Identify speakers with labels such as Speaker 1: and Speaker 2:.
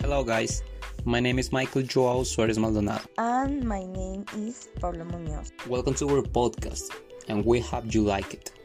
Speaker 1: Hello, guys. My name is Michael Joao Suarez Maldonado.
Speaker 2: And my name is Pablo Munoz.
Speaker 1: Welcome to our podcast, and we hope you like it.